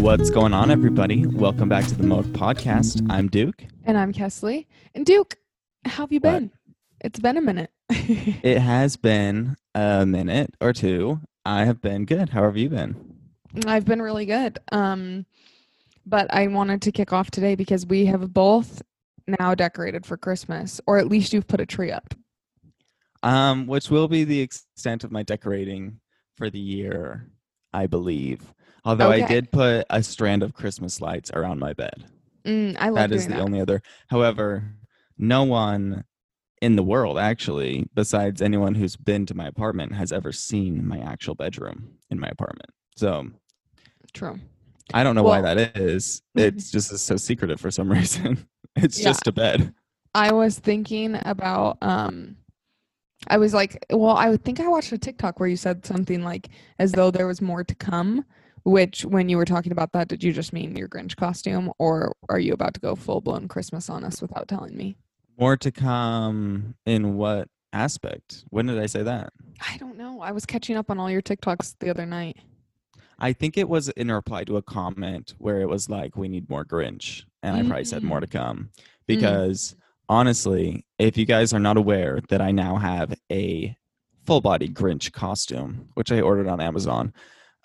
What's going on, everybody? Welcome back to the Moog Podcast. I'm Duke. And I'm Kesley. And Duke, how have you What? been? It's been a minute. It has been a minute or two. I have been good. How have you been? I've been really good. Um, but I wanted to kick off today because we have both now decorated for Christmas, or at least you've put a tree up. Um, which will be the extent of my decorating for the year, I believe. Although I Okay. did put a strand of Christmas lights around my bed. Mm, I love That is doing the that. only other. However, no one in the world, actually, besides anyone who's been to my apartment, has ever seen my actual bedroom in my apartment. So True. I don't know why Well- that is. It's just is so secretive for some reason. It's Yeah. just a bed. I was thinking about um I was like, well, I would think I watched a TikTok where you said something like as though there was more to come, which when you were talking about that, did you just mean your Grinch costume or are you about to go full blown Christmas on us without telling me? More to come in what aspect? When did I say that? I don't know. I was catching up on all your TikToks the other night. I think it was in reply to a comment where it was like, we need more Grinch. And I probably said more to come because honestly, if you guys are not aware that I now have a full body Grinch costume, which I ordered on Amazon,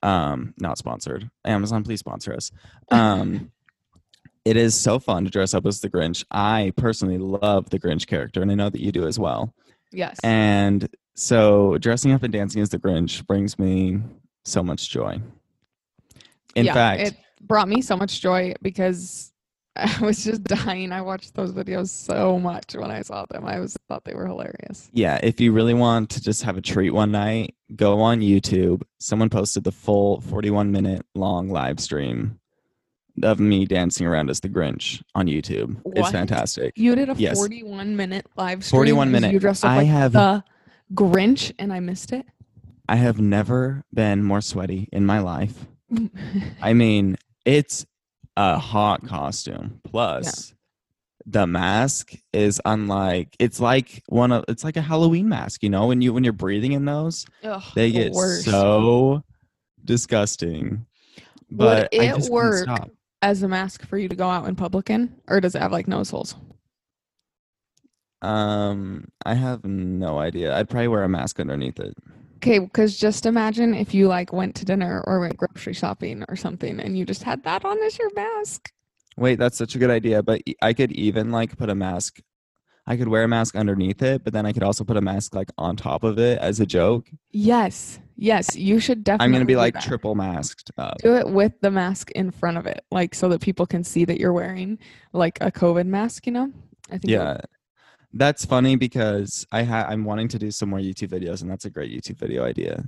um, not sponsored. Amazon, please sponsor us. Um, it is so fun to dress up as the Grinch. I personally love the Grinch character, and I know that you do as well. Yes. And so dressing up and dancing as the Grinch brings me so much joy. In Yeah, fact, it brought me so much joy because I was just dying. I watched those videos so much when I saw them. I was thought they were hilarious. yeah, if you really want to just have a treat one night, go on YouTube. Someone posted the full 41 minute long live stream of me dancing around as the Grinch on YouTube. It's What? fantastic. You did a Yes. 41 minute live stream. 41 as minute. You dressed up I like have- the Grinch, and I missed it. I have never been more sweaty in my life. I mean, it's a hot costume. Plus, the mask is unlike. It's like one of. It's like a Halloween mask. You know, when you when you're breathing in those, Ugh, they the get worst. so disgusting. Would But I it just couldn't work? stop. as a mask for you to go out in public in, or does it have like nose holes? Um, I have no idea. I'd probably wear a mask underneath it. Okay, because just imagine if you like went to dinner or went grocery shopping or something, and you just had that on as your mask. Wait, that's such a good idea. But e- I could even like put a mask. I could wear a mask underneath it, but then I could also put a mask like on top of it as a joke. Yes, yes, you should definitely. I'm gonna be do like that. triple masked up. Do it with the mask in front of it, like so that people can see that you're wearing like a COVID mask. You know, I think. it would Yeah, that's funny because I ha- I'm wanting to do some more YouTube videos, and that's a great YouTube video idea.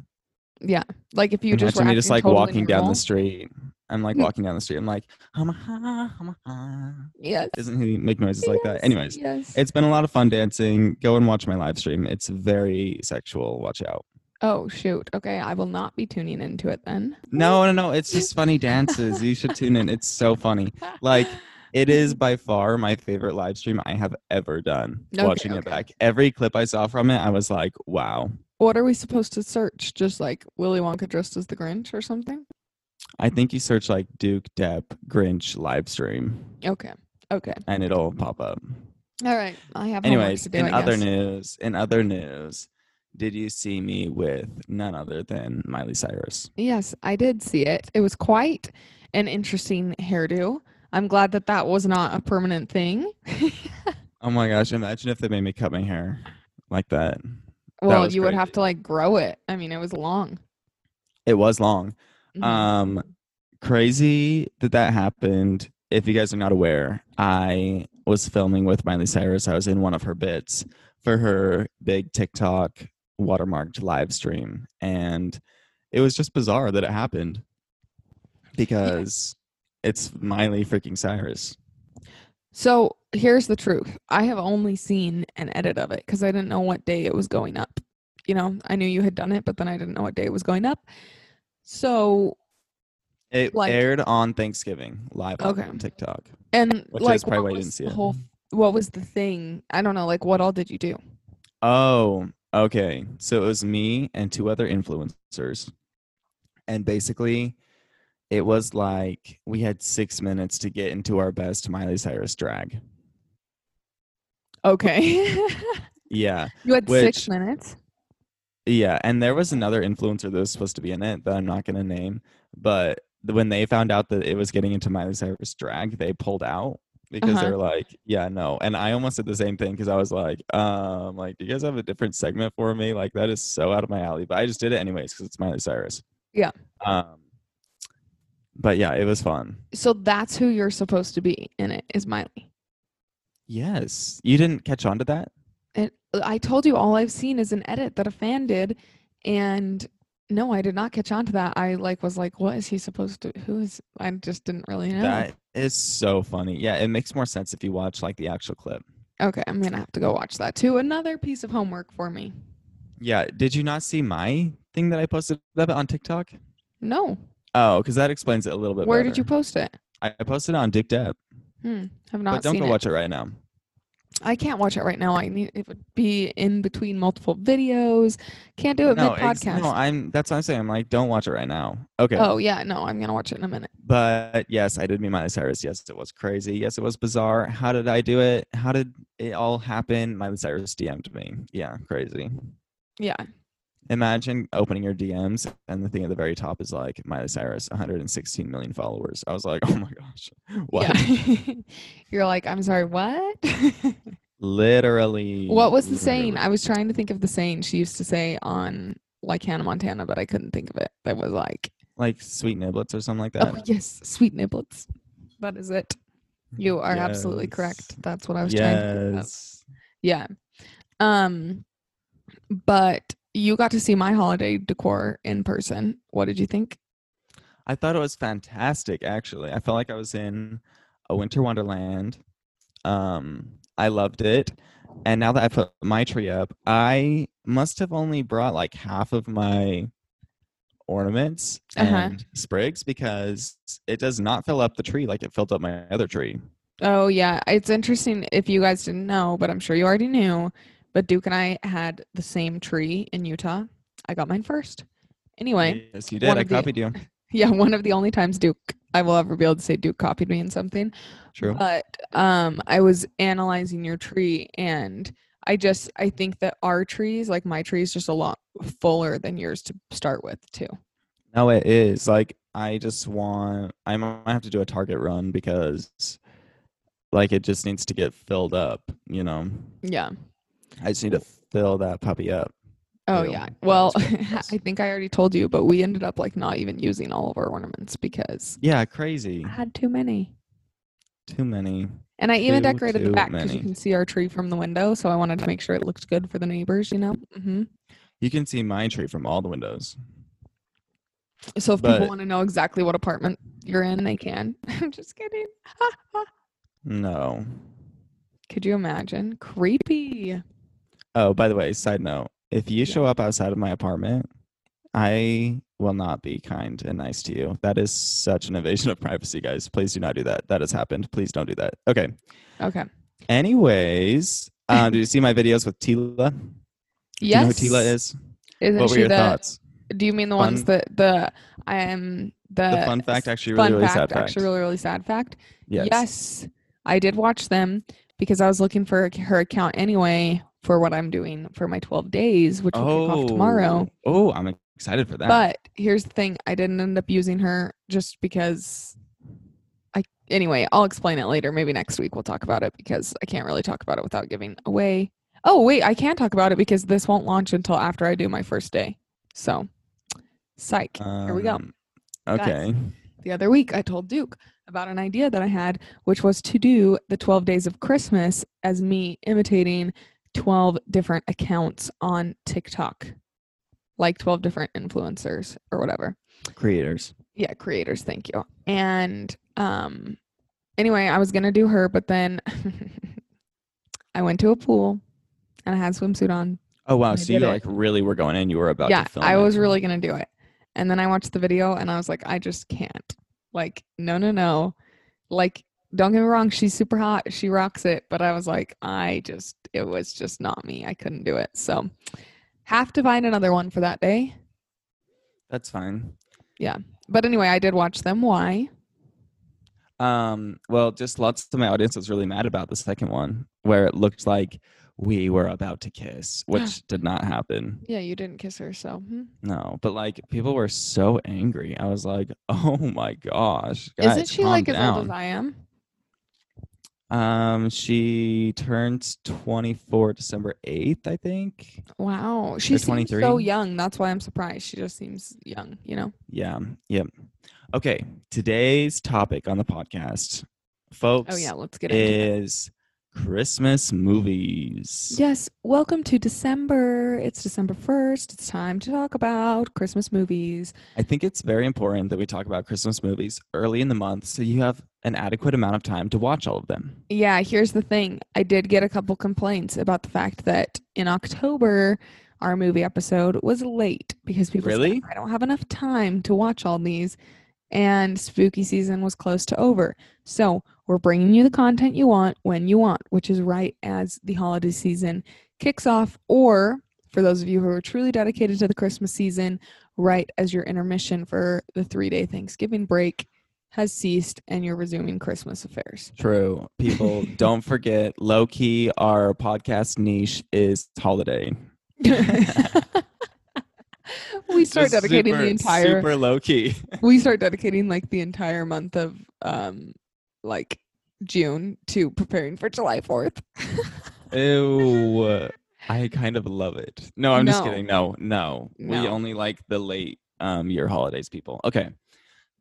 Like if you just were Imagine me just acting like totally walking down normal. the street. I'm like Mm. walking down the street. I'm like, hum ha, hum ha. Yes. Doesn't he make noises like yes, that? Anyways, Yes. it's been a lot of fun dancing. Go and watch my live stream. It's very sexual. Watch out. oh shoot. Okay, I will not be tuning into it then. No, no, no. It's just funny dances. You should tune in. It's so funny. like, It is by far my favorite live stream I have ever done. Okay, watching it okay. back, every clip I saw from it, I was like, wow. What are we supposed to search? Just like Willy Wonka dressed as the Grinch or something? I think you search like Duke Depp Grinch live stream Okay. Okay. and it'll pop up. All right. I have. homework Anyways, to do, in I other guess. news, in other news, did you see me with none other than Miley Cyrus? Yes, I did see it. It was quite an interesting hairdo. I'm glad that that was not a permanent thing. Oh my gosh, imagine if they made me cut my hair like that. well, was you would have to like grow it. I mean, it was long. It was long. Mhm. Um, crazy that that happened. If you guys are not aware, I was filming with Miley Cyrus. I was in one of her bits for her big TikTok watermarked live stream, and it was just bizarre that it happened because it's Miley freaking Cyrus. So here's the truth. I have only seen an edit of it because I didn't know what day it was going up. You know, I knew you had done it, but then I didn't know what day it was going up. So, It Like- aired on Thanksgiving live Okay. on TikTok. and Which like, is probably what why you was didn't see Mm-hmm. the it. whole, what was the thing? I don't know. Like, what all did you do? Oh, Okay, so it was me and two other influencers. And basically, it was like we had six minutes to get into our best Miley Cyrus drag. Okay. Yeah, you had six Which- minutes. yeah. And there was another influencer that was supposed to be in it that I'm not going to name. But th- when they found out that it was getting into Miley Cyrus drag, they pulled out because Uh-huh. they were like, yeah, no. And I almost did the same thing because I was like, um, like, do you guys have a different segment for me? Like, that is so out of my alley. But I just did it anyways because it's Miley Cyrus. Yeah. Um, but yeah, it was fun. So that's who you're supposed to be in it is Miley. Yes. You didn't catch on to that? And uh, I told you all I've seen is an edit that a fan did, and no, I did not catch on to that. I like was like, what is he supposed to? Who is? I just didn't really know. That is so funny. Yeah, it makes more sense if you watch like the actual clip. okay, I'm gonna have to go watch that too. Another piece of homework for me. Yeah. Did you not see my thing that I posted up on TikTok? No, Oh, because that explains it a little bit. where did you better. post it? I I posted it on Dick Depp, Hmm, have not but don't seen go it. watch it right now. I can't watch it right now. I need it would be in between multiple videos. Can't do it mid ex- podcast. no, I'm. That's what I'm saying. I'm like, don't watch it right now. Okay. Oh yeah, no, I'm gonna watch it in a minute. But yes, I did meet Miley Cyrus. Yes, it was crazy. Yes, it was bizarre. How did I do it? How did it all happen? Miley Cyrus DM'd me. Yeah, crazy. Yeah. Imagine opening your DMs and the thing at the very top is like Miley Cyrus, 116 million followers. I was like, oh my gosh, what? Yeah. You're like, I'm sorry, what? Literally. what was the saying? I literally. was trying to think of the saying she used to say on like Hannah Montana, but I couldn't think of it. That was like, Like sweet niblets or something like that. oh yes, sweet niblets. That is it. You are absolutely correct. Yes. That's what I was trying to think of. Yes. Yeah. Um but you got to see my holiday decor in person. What did you think? I thought it was fantastic. Actually, I felt like I was in a winter wonderland. Um, I loved it. And now that I put my tree up, I must have only brought like half of my ornaments Uh-huh. and sprigs because it does not fill up the tree like it filled up my other tree. Oh yeah, it's interesting if you guys didn't know, but I'm sure you already knew, but Duke and I had the same tree in Utah. I got mine first. Anyway, Yes, you did. one I of the- copied you. yeah, one of the only times Duke I will ever be able to say Duke copied me in something. True. But um I was analyzing your tree and I just I think that our trees, like my tree is just a lot fuller than yours to start with too. No, it is. Like I just want I might have to do a target run because like it just needs to get filled up, you know. Yeah. I just need to fill that puppy up. Oh Ew. yeah. That Well, was gross. I think I already told you, but we ended up like not even using all of our ornaments because Yeah, crazy. I had too many. Too many. And I even Too, decorated the too back because you many. can see our tree from the window, so I wanted to make sure it looked good for the neighbors, you know. hmm You can see my tree from all the windows. So if people But- want to know exactly what apartment you're in, they can. I'm just kidding. No. Could you imagine? Creepy. Oh, by the way, side note. If you Yeah. show up outside of my apartment, I will not be kind and nice to you. That is such an invasion of privacy, guys. Please do not do that. That has happened. Please don't do that. Okay. Okay. Anyways, um, did you see my videos with Tila? Yes. Do you know who Tila is? Isn't what were she your the? thoughts? Do you mean the ones Fun- that the I am the, The fun fact, actually, really, uh, fun really fact, sad fact. actually really really sad fact? yes. I did watch them because I was looking for ac- her account anyway for what I'm doing for my 12 days, which will kick off tomorrow. Oh, I'm excited for that. But here's the thing I didn't end up using her just because. I Anyway, I'll explain it later. Maybe next week we'll talk about it because I can't really talk about it without giving away. Oh, wait, I can talk about it because this won't launch until after I do my first day. So, psych. here we go. Um, Guys. Okay. the other week I told Duke about an idea that I had, which was to do the 12 days of Christmas as me imitating 12 different accounts on TikTok, like 12 different influencers or whatever. Creators. Yeah, creators, thank you. And um anyway, I was going to do her, but then I went to a pool and I had a swimsuit on Oh wow! I so you did it. like really were going in. You were about yeah, to film. I it. was really gonna do it, and then I watched the video and I was like, I just can't. Like, no, no, no. Like, don't get me wrong, she's super hot, she rocks it, but I was like, I just, it was just not me. I couldn't do it. So, have to find another one for that day. That's fine. But anyway, I did watch them. Why? Um, well, just lots of my audience was really mad about the second one, where it looked like we were about to kiss, which did not happen. Yeah, you didn't kiss her, so hmm. No, but like people were so angry. I was like, oh my gosh. isn't guys, she calm like as down. old as I am? Um, she turns 24 December 8th, I think. Wow, she seems so 23? young. That's why I'm surprised. She just seems young, you know. Yeah. Yep. Okay. Today's topic on the podcast, folks, Oh yeah, let's get into it. is Christmas movies. Yes, welcome to December. It's December 1st. It's time to talk about Christmas movies. I think it's very important that we talk about Christmas movies early in the month so you have an adequate amount of time to watch all of them. Yeah, here's the thing. I did get a couple complaints about the fact that in October our movie episode was late because people said, Really? I don't have enough time to watch all these and spooky season was close to over. So, we're bringing you the content you want when you want, which is right as the holiday season kicks off or for those of you who are truly dedicated to the Christmas season, right as your intermission for the 3-day Thanksgiving break has ceased and you're resuming Christmas affairs. True. People, don't forget, low key, our podcast niche is holiday. we start Just dedicating super- the entire super low key. we start dedicating like the entire month of um like June to preparing for July 4th. Ew. I kind of love it. No, I'm just No. kidding. No, no, We No. only like the late um year holidays people. Okay.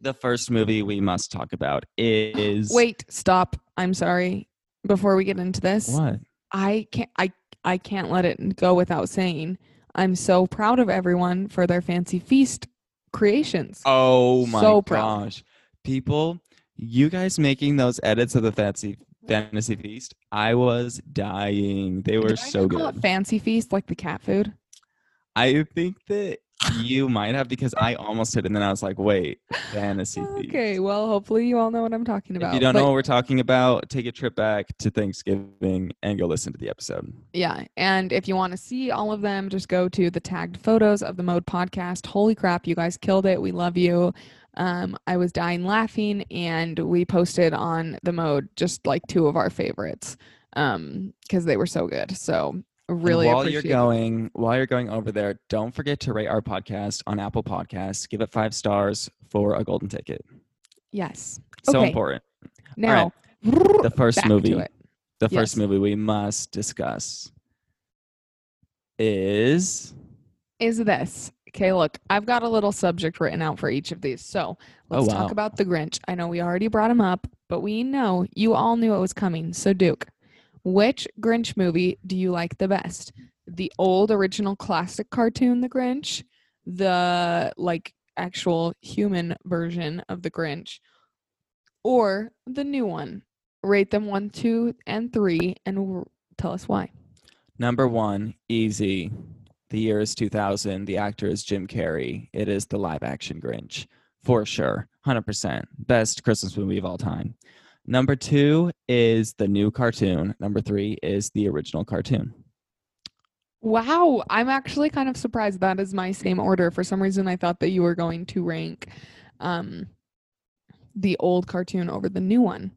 The first movie we must talk about is Wait, stop. I'm sorry. Before we get into this, What? I can't I I can't let it go without saying I'm so proud of everyone for their fancy feast creations. Oh my So proud. gosh. People, you guys making those edits of the fancy fantasy feast, I was dying. They were Did I so just Call it good. fancy feast like the cat food. I think that you might have because I almost did and then I was like, wait, fantasy feast. Okay, well, hopefully you all know what I'm talking about. If you don't but- know what we're talking about, take a trip back to Thanksgiving and go listen to the episode. Yeah. And if you want to see all of them, just go to the tagged photos of the Mode podcast. Holy crap, you guys killed it. We love you. Um, I was dying laughing, and we posted on the Mode just like two of our favorites because they were so good. So And really while you're appreciate going, while you're going over there, don't forget to rate our podcast on Apple Podcasts. Give it five stars for a golden ticket. Yes. So Okay. important. Now, The first back to movie, it. the first Yes. movie we must discuss is is this. Okay, look, I've got a little subject written out for each of these. So Oh, let's wow. talk about the Grinch. I know we already brought him up, but we know you all knew it was coming. So, Duke, which Grinch movie do you like the best? The old original classic cartoon, The Grinch, the like actual human version of The Grinch, or the new one? Rate them one, two, and three, and w- tell us why. number one, easy. The year is 2000. The actor is Jim Carrey. It is the live action Grinch for sure. 100%. Best Christmas movie of all time. Number two is the new cartoon. Number three is the original cartoon. Wow, I'm actually kind of surprised that is my same order. For some reason, I thought that you were going to rank um the old cartoon over the new one.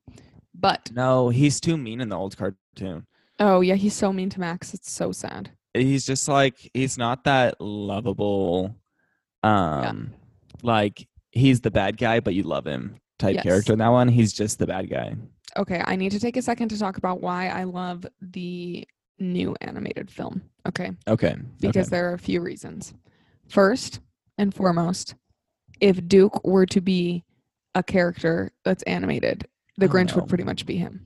But No, he's too mean in the old cartoon. oh yeah, he's so mean to Max. It's so sad. He's just like, he's not that lovable. Um, Like, he's the bad guy, but you love him type Yes. character in that one. He's just the bad guy. Okay, I need to take a second to talk about why I love the new animated film. Okay, Okay. because okay. there are a few reasons. First and foremost, if Duke were to be a character that's animated, the Oh, Grinch no. would pretty much be him.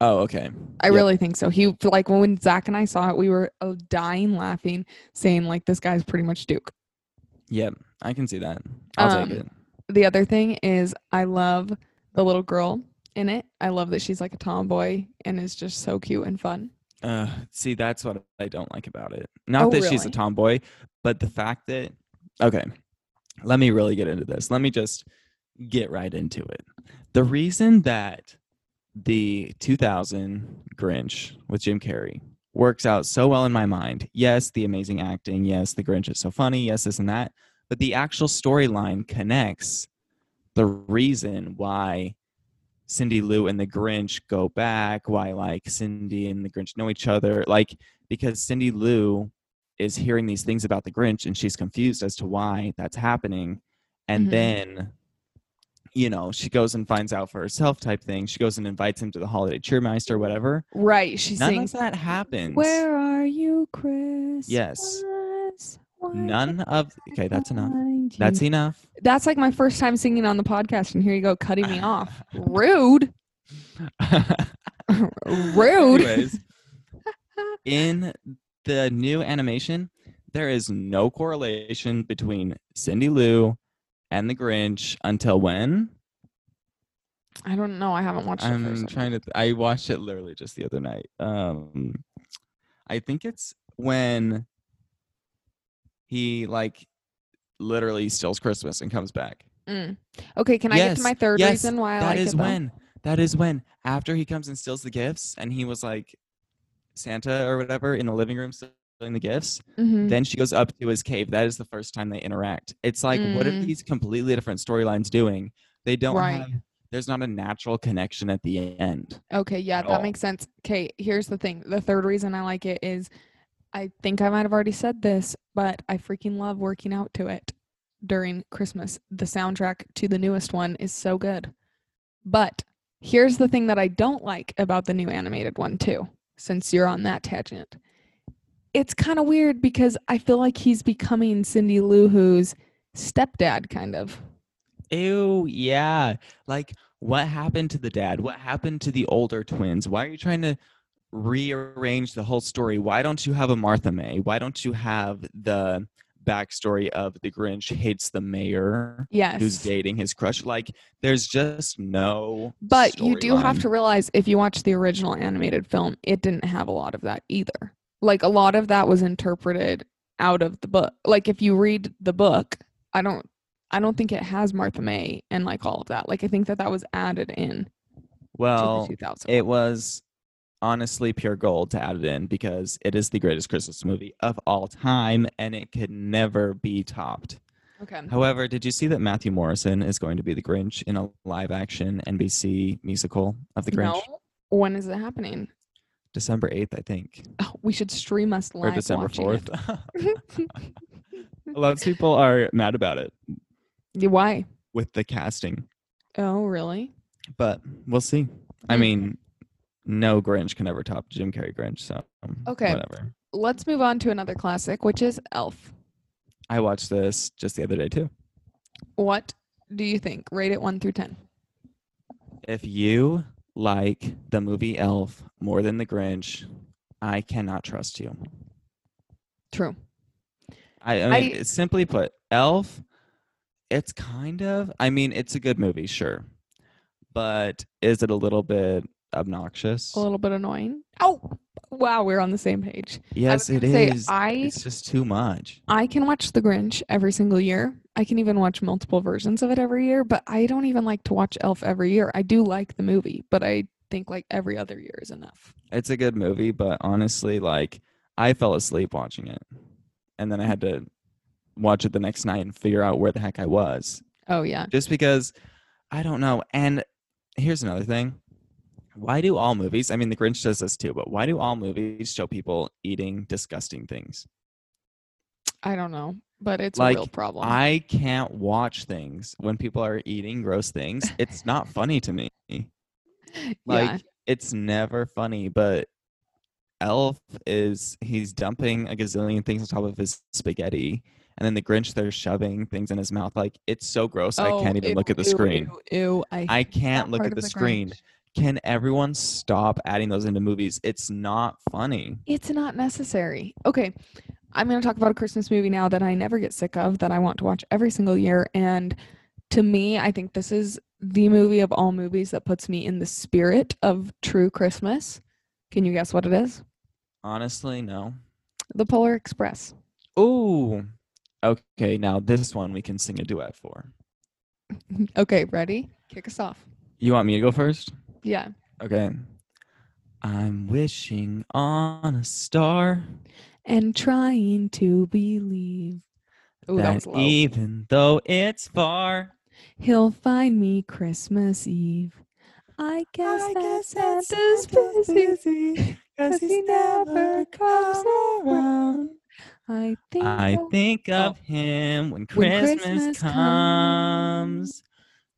Oh, okay. I Yep. really think so. He like when Zach and I saw it, we were uh, dying laughing, saying like this guy's pretty much Duke. Yep, I can see that. I'll take Um, it. The other thing is I love the little girl in it. I love that she's like a tomboy and is just so cute and fun. Uh, see, that's what I don't like about it. Not Oh, that she's a really? tomboy, but the fact that okay, let me really get into this. Let me just get right into it. The reason that the 2000 Grinch with Jim Carrey works out so well in my mind. Yes, the amazing acting. Yes, the Grinch is so funny. Yes, this and that. But the actual storyline connects the reason why Cindy Lou and the Grinch go back, why like Cindy and the Grinch know each other. Like, because Cindy Lou is hearing these things about the Grinch and she's confused as to why that's happening. And Mhm. then, you know, she goes and finds out for herself type thing. She goes and invites him to the holiday cheermeister, whatever. Right. She None sings. of that happens. Where are you, Chris? Yes. None of okay, that's enough. That's That's e enough. that's like my first time singing on the podcast, and here you go cutting me Ah. off. Rude. Rude. Anyways, in the new animation, there is no correlation between Cindy Lou and the Grinch until when? I don't know. I haven't watched. the I'm first trying to. Th- I watched it literally just the other night. Um, I think it's when he like literally steals Christmas and comes back. One. Mm. Okay. Can I get Yes, to my third yes, reason why I That like is it? though? when. That is when. After he comes and steals the gifts, and he was like Santa or whatever in the living room stealing the gifts. Mhm. Then she goes up to his cave. That is the first time they interact. It's like, what are Mm. these completely different storylines doing? They don't Right. have. There's not a natural connection at the end. Okay, yeah, at that all. makes sense. Okay, here's the thing. The third reason I like it is I think I might have already said this, but I freaking love working out to it during Christmas. The soundtrack to the newest one is so good. But here's the thing that I don't like about the new animated one, too, since you're on that tangent. It's kind of weird because I feel like he's becoming Cindy Lou Who's stepdad, kind of. Ew, yeah. Like, what happened to the dad? What happened to the older twins? Why are you trying to rearrange the whole story? Why don't you have a Martha May? Why don't you have the backstory of the Grinch hates the mayor Yes. who's dating his crush? Like, there's just no. But you do have storyline. to realize if you watch the original animated film, it didn't have a lot of that either. Like a lot of that was interpreted out of the book. Like if you read the book, I don't I don't think it has Martha May and like all of that. Like I think that that was added in Well, to the 2000. it was honestly pure gold to add it in because it is the greatest Christmas movie of all time and it could never be topped. okay. However, did you see that Matthew Morrison is going to be the Grinch in a live action NBC musical of the Grinch? No. When is it happening? December 8th, I think, Oh, we should stream us live or December watching 4th. it. a lot of people are mad about it Yeah, Why? with the casting, Oh, really? but we'll see. I Mm. mean, no Grinch can ever top Jim Carrey Grinch, so um, Okay. whatever. Let's move on to another classic, which is Elf. I watched this just the other day too. What do you think? Rate it 1 through 10. If you like the movie Elf more than the Grinch, I cannot trust you. True. I, I I- mean, simply put, Elf, it's kind of, I mean, it's a good movie, sure. But is it a little bit obnoxious? a little bit annoying. Oh, wow, we're on the same page. I was yes, it gonna say, is. I It's just too much. I can watch The Grinch every single year. I can even watch multiple versions of it every year, but I don't even like to watch Elf every year. I do like the movie, but I think like every other year is enough. It's a good movie, but honestly, like, I fell asleep watching it. And then I had to watch it the next night and figure out where the heck I was. Oh yeah. Just because I don't know. And here's another thing. Why do all movies, I mean, The Grinch does this too, but why do all movies show people eating disgusting things? I don't know, but it's Like, a real problem. I can't watch things when people are eating gross things. It's not funny to me. Like yeah. it's never funny, but Elf is he's dumping a gazillion things on top of his spaghetti. And then the Grinch they're shoving things in his mouth. Like it's so gross I Oh, can't even ew, look at the ew, screen. Ew, ew. I, I hate can't that look part at of the screen. Grinch. Can everyone stop adding those into movies? It's not funny. It's not necessary. Okay. I'm going to talk about a Christmas movie now that I never get sick of, that I want to watch every single year. And to me, I think this is the movie of all movies that puts me in the spirit of true Christmas. Can you guess what it is? Honestly, no. The Polar Express. Ooh. Okay, now this one we can sing a duet for. Okay, ready? Kick us off. You want me to go first? Yeah. Okay. I'm wishing on a star and trying to believe. Ooh, that, was that low. even though it's far, He'll find me Christmas Eve. I guess I that guess that Santa's, Santa's busy. busy 'cause he never comes around. I think. I I'll- think Oh. of him when When Christmas, Christmas comes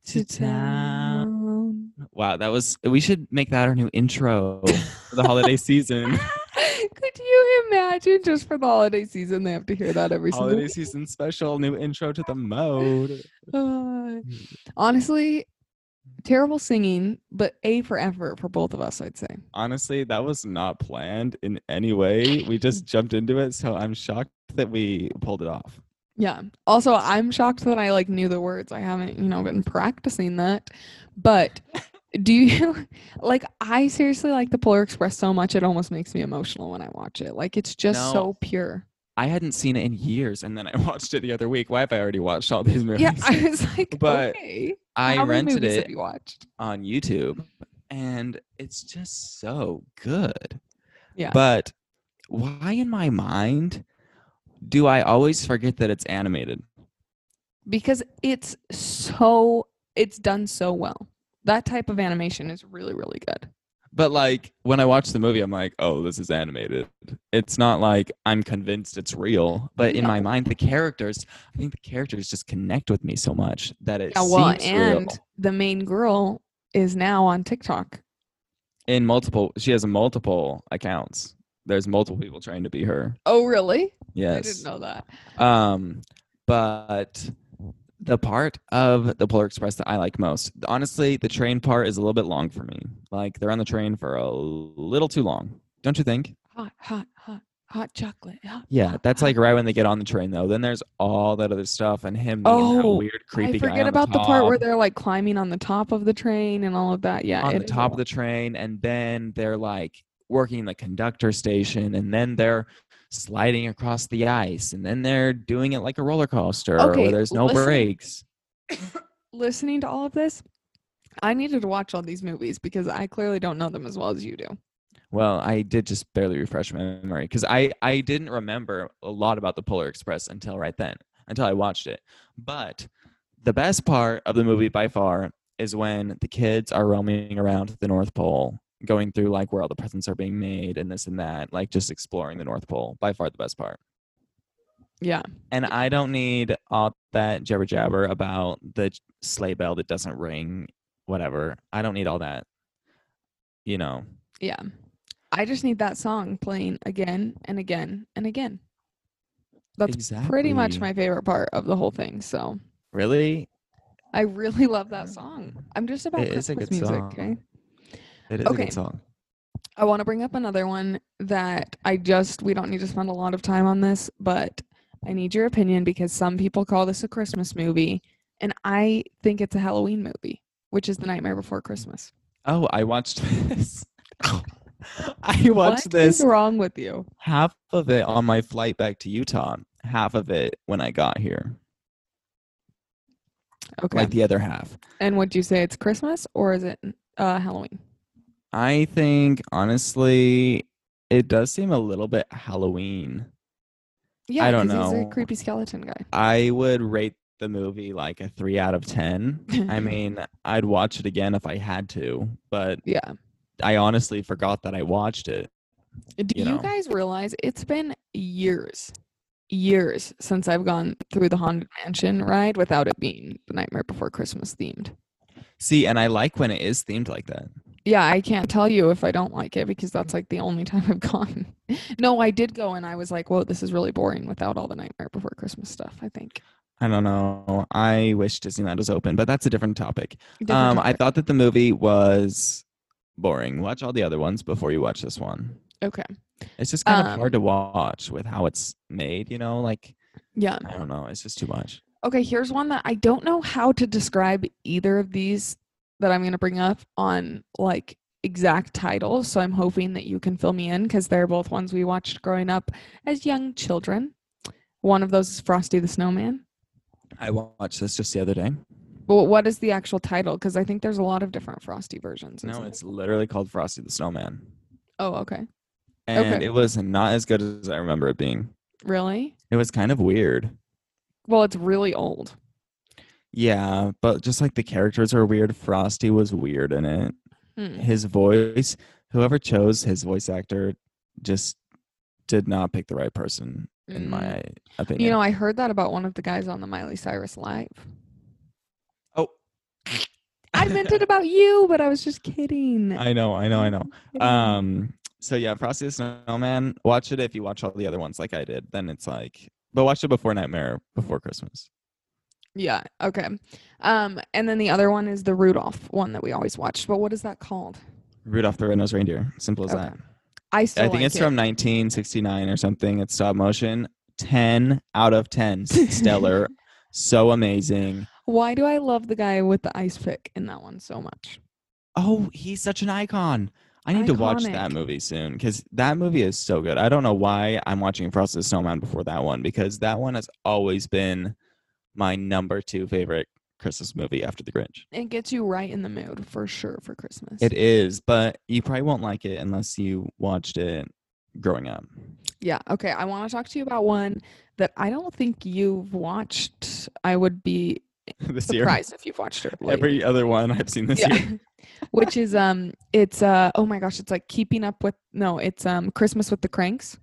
to to town. town. Wow, that was. We should make that our new intro for the holiday season. Could you imagine just for the holiday season they have to hear that every single holiday season special, new intro to the mode. Uh, Mm. honestly, terrible singing, but A for effort for both of us, I'd say. Honestly, that was not planned in any way. We just jumped into it, so I'm shocked that we pulled it off. Yeah. Also, I'm shocked that I like knew the words. I haven't, you know, been practicing that. But do you like I seriously like the Polar Express so much it almost makes me emotional when I watch it. Like it's just No. so pure. I hadn't seen it in years, and then I watched it the other week. Why have I already watched all these movies? Yeah, I was like, But okay. I how many rented movies it Have you watched? on YouTube, and it's just so good. Yeah. But why in my mind do I always forget that it's animated? Because it's so it's done so well. That type of animation is really, really good. But like when I watch the movie, I'm like, oh, this is animated. It's not like I'm convinced it's real. But in my mind, the characters, I think the characters just connect with me so much that it Yeah, well, seems and real. the main girl is now on TikTok. In multiple, she has multiple accounts. There's multiple people trying to be her. Oh, really? Yes. I didn't know that. Um, but the part of the Polar Express that I like most, honestly, the train part is a little bit long for me. Like they're on the train for a little too long, don't you think? Hot, hot, hot, hot chocolate. Hot, Yeah, hot, that's hot. like right when they get on the train though. Then there's all that other stuff and him being that Oh, weird, creepy. I guy forget on about the, part top- where they're like climbing on the top of the train and all of that. Yeah, on it the is a top of lot. the train, and then they're like working the conductor station, and then they're sliding across the ice, and then they're doing it like a roller coaster Okay, where there's no listen. brakes. Listening to all of this, I needed to watch all these movies because I clearly don't know them as well as you do. Well, I did just barely refresh my memory because I I didn't remember a lot about the Polar Express until right then, until I watched it. But the best part of the movie by far is when the kids are roaming around the North Pole, going through like where all the presents are being made and this and that, like just exploring the North Pole. By far the best part. Yeah. And I don't need all that jibber jabber about the j- sleigh bell that doesn't ring, whatever. I don't need all that. You know, Yeah. I just need that song playing again and again and again. That's exactly. pretty much my favorite part of the whole thing. So really I really love that song. I'm just about It Christmas is a good music. song. Okay. It is a Okay. good song. I want to bring up another one that I just we don't need to spend a lot of time on this, but I need your opinion because some people call this a Christmas movie, and I think it's a Halloween movie, which is The Nightmare Before Christmas. Oh, I watched this. I watched What is this wrong with you? half of it on my flight back to Utah, half of it when I got here, Okay. like the other half. and would you say it's Christmas or is it uh, Halloween? I think honestly, it does seem a little bit Halloween. Yeah, I don't 'cause He's know. a creepy skeleton guy. I would rate the movie like a three out of 10. I mean, I'd watch it again if I had to, but Yeah. I honestly forgot that I watched it. Do you, You know. guys realize it's been years, years since I've gone through the Haunted Mansion ride without it being The Nightmare Before Christmas themed? See, and I like when it is themed like that. Yeah, I can't tell you if I don't like it because that's like the only time I've gone. no, I did go and I was like, whoa, this is really boring without all the Nightmare Before Christmas stuff, I think. I don't know. I wish Disneyland was open, but that's a different topic. Different Um, I topic. thought that the movie was boring. Watch all the other ones before you watch this one. Okay. It's just kind of Um, hard to watch with how it's made, you know? Like, Yeah. I don't know. It's just too much. Okay, here's one that I don't know how to describe either of these that I'm going to bring up on like exact titles. So I'm hoping that you can fill me in because they're both ones we watched growing up as young children. One of those is Frosty the Snowman. I wa- watched this just the other day. But what is the actual title? Because I think there's a lot of different Frosty versions. No, isn't it's literally called Frosty the Snowman. Oh, okay. and Okay. it was not as good as I remember it being. Really? It was kind of weird. Well, it's really old. Yeah, but just like the characters are weird. Frosty was weird in it. Hmm. His voice, whoever chose his voice actor, just did not pick the right person, in my opinion. Mm-hmm. You know, I heard that about one of the guys on the Miley Cyrus live. Oh. I meant it about you, but I was just kidding. I know, I know, I know. Kidding. Um, so yeah, Frosty the Snowman. Watch it if you watch all the other ones, like I did. Then it's like, but watch it before Nightmare Before Christmas. yeah, okay. Um, and then the other one is the Rudolph one that we always watched. But what is that called? Rudolph the Red-Nosed Reindeer. Simple as Okay. that. I still I think like it's it. from 1969 or something. It's stop motion. Ten out of ten. Stellar. so amazing. Why do I love the guy with the ice pick in that one so much? Oh, he's such an icon. I need to watch that Iconic. movie soon because that movie is so good. I don't know why I'm watching Frosty the Snowman before that one because that one has always been my number two favorite Christmas movie after The Grinch. It gets you right in the mood for sure for Christmas. It is, but you probably won't like it unless you watched it growing up. Yeah. Okay. I want to talk to you about one that I don't think you've watched. I would be this year, surprised if you've watched it. lately. every other one I've seen this year. Which is um it's uh oh my gosh, it's like keeping up with no, it's um Christmas with the Cranks.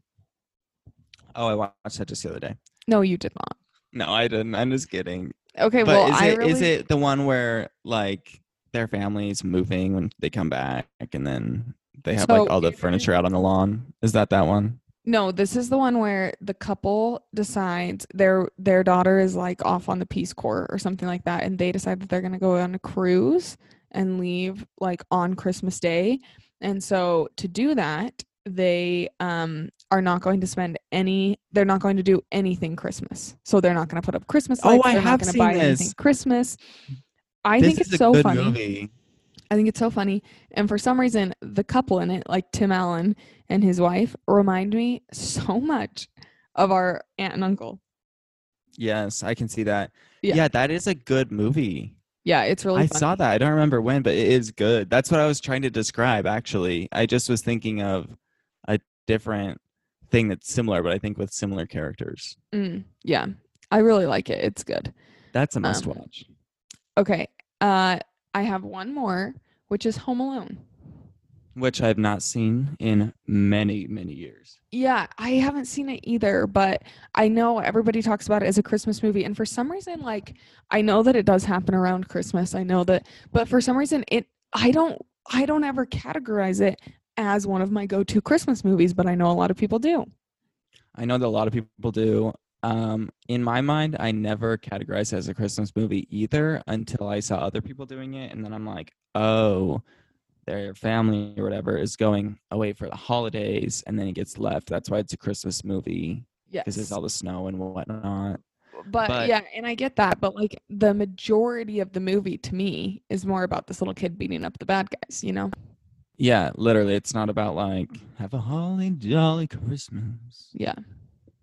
Oh, I watched that just the other day. No, you did not. No, I didn't. I'm just kidding. Okay, But well is I it really is it the one where like their family's moving when they come back and then they have like So all the it is- furniture out on the lawn? Is that that one? No, this is the one where the couple decides their their daughter is like off on the Peace Corps or something like that, and they decide that they're gonna go on a cruise and leave like on Christmas Day. And so to do that, they um are not going to spend any they're not going to do anything Christmas. So they're not gonna put up Christmas Oh, lights, I they're have not gonna seen buy anything this. Christmas. I this think is it's a so good funny. movie. I think it's so funny. And for some reason, the couple in it, like Tim Allen and his wife, remind me so much of our aunt and uncle. Yes, I can see that. Yeah, Yeah. that is a good movie. Yeah, it's really I funny. saw that. I don't remember when, but it is good. That's what I was trying to describe actually. I just was thinking of a different thing that's similar, but I think with similar characters. Mm, yeah, I really like it. It's good. That's a must Um, watch. Okay. Uh, I have one more, which is Home Alone. Which I've not seen in many, many years. Yeah, I haven't seen it either, but I know everybody talks about it as a Christmas movie. And for some reason, like, I know that it does happen around Christmas. I know that, but for some reason, it, I don't, I don't ever categorize it as one of my go to Christmas movies, but I know a lot of people do. I know that a lot of people do. Um, in my mind, I never categorized it as a Christmas movie either until I saw other people doing it, and then I'm like, oh, their family or whatever is going away for the holidays, and then it gets left. That's why it's a Christmas movie Yes. because there's all the snow and whatnot. but, but- yeah, and I get that. But like, the majority of the movie to me is more about this little kid beating up the bad guys, you know? Yeah, literally, it's not about like have a holly jolly Christmas. Yeah.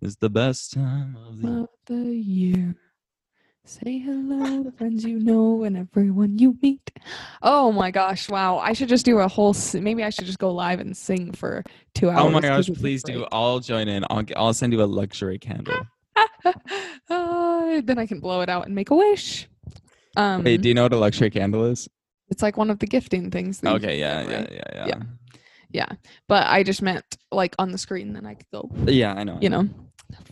It's the best time of the year. of the year. Say hello to friends you know and everyone you meet. Oh my gosh! Wow, I should just do a whole. s- Maybe I should just go live and sing for two hours. Oh my 'cause gosh! it's Please do. great. I'll join in. I'll g- I'll send you a luxury candle. Uh, then I can blow it out and make a wish. Um, Hey, do you know what a luxury candle is? it's like one of the gifting things. that you Okay, yeah, can do, yeah, right? yeah, yeah, Yeah. yeah. But I just meant like on the screen. Then I could go. yeah. Yeah, I know. I You know,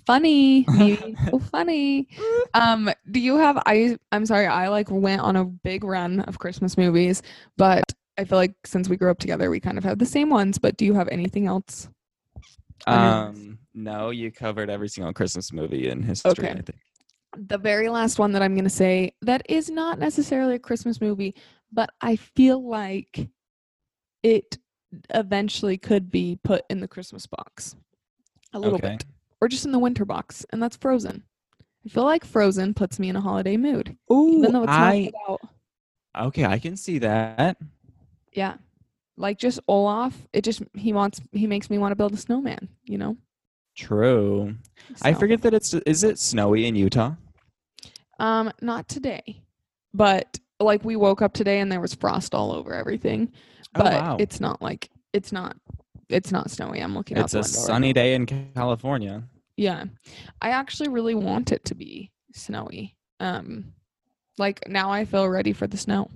funny, me, so funny. Um, do you have I I'm sorry, I like went on a big run of Christmas movies, but I feel like since we grew up together we kind of have the same ones, but do you have anything else? on your Um, no, you covered every single Christmas movie in history. Okay. I think. The very last one that I'm gonna say that is not necessarily a Christmas movie, but I feel like it eventually could be put in the Christmas box. A little Okay. bit. Or just in the winter box, and that's Frozen. I feel like Frozen puts me in a holiday mood. even though it's I not about okay, I can see that. yeah like just olaf it just he wants he makes me want to build a snowman you know True. I So, forget that it's is it snowy in Utah? um not today but like we woke up today and there was frost all over everything Oh, but wow. it's not like it's not it's not snowy. I'm looking. out It's the a window right sunny day in California. Yeah. I actually really want it to be snowy. Um like now I feel ready for the snow.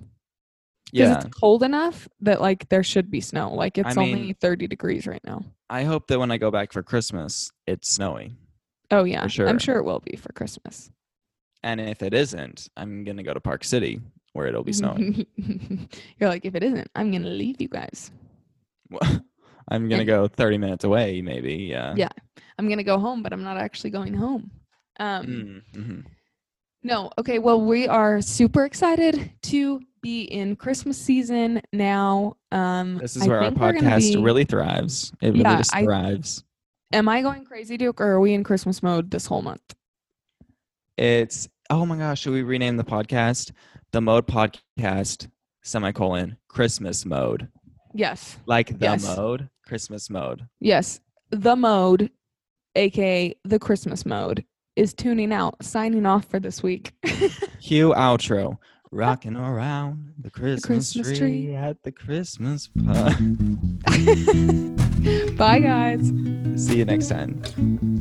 Because Yeah. it's cold enough that like there should be snow. Like it's only mean- thirty degrees right now. I hope that when I go back for Christmas, it's snowy. Oh yeah. I'm sure. sure it will be for Christmas. And if it isn't, I'm going to go to Park City where it'll be Mm-hmm. snowing. You're like, if it isn't, I'm gonna leave you guys. I'm going to go 30 minutes away, maybe. Yeah. Yeah. I'm gonna go home, but I'm not actually going home. Um Mm, mhm. No. Okay. Well, we are super excited to be in Christmas season now. Um, This is I where our think we're gonna podcast be- really thrives. It really Yeah, just I- thrives. Am I going crazy, Duke, or are we in Christmas mode this whole month? It's, oh my gosh, should we rename the podcast? The Mode Podcast, semicolon, Christmas Mode. Yes. Like the Yes. mode, Christmas mode. Yes. The mode, aka the Christmas mode, is tuning out, signing off for this week. Cue outro. Rocking around the Christmas, Christmas tree, tree. at the Christmas party. Bye, guys. See you next time.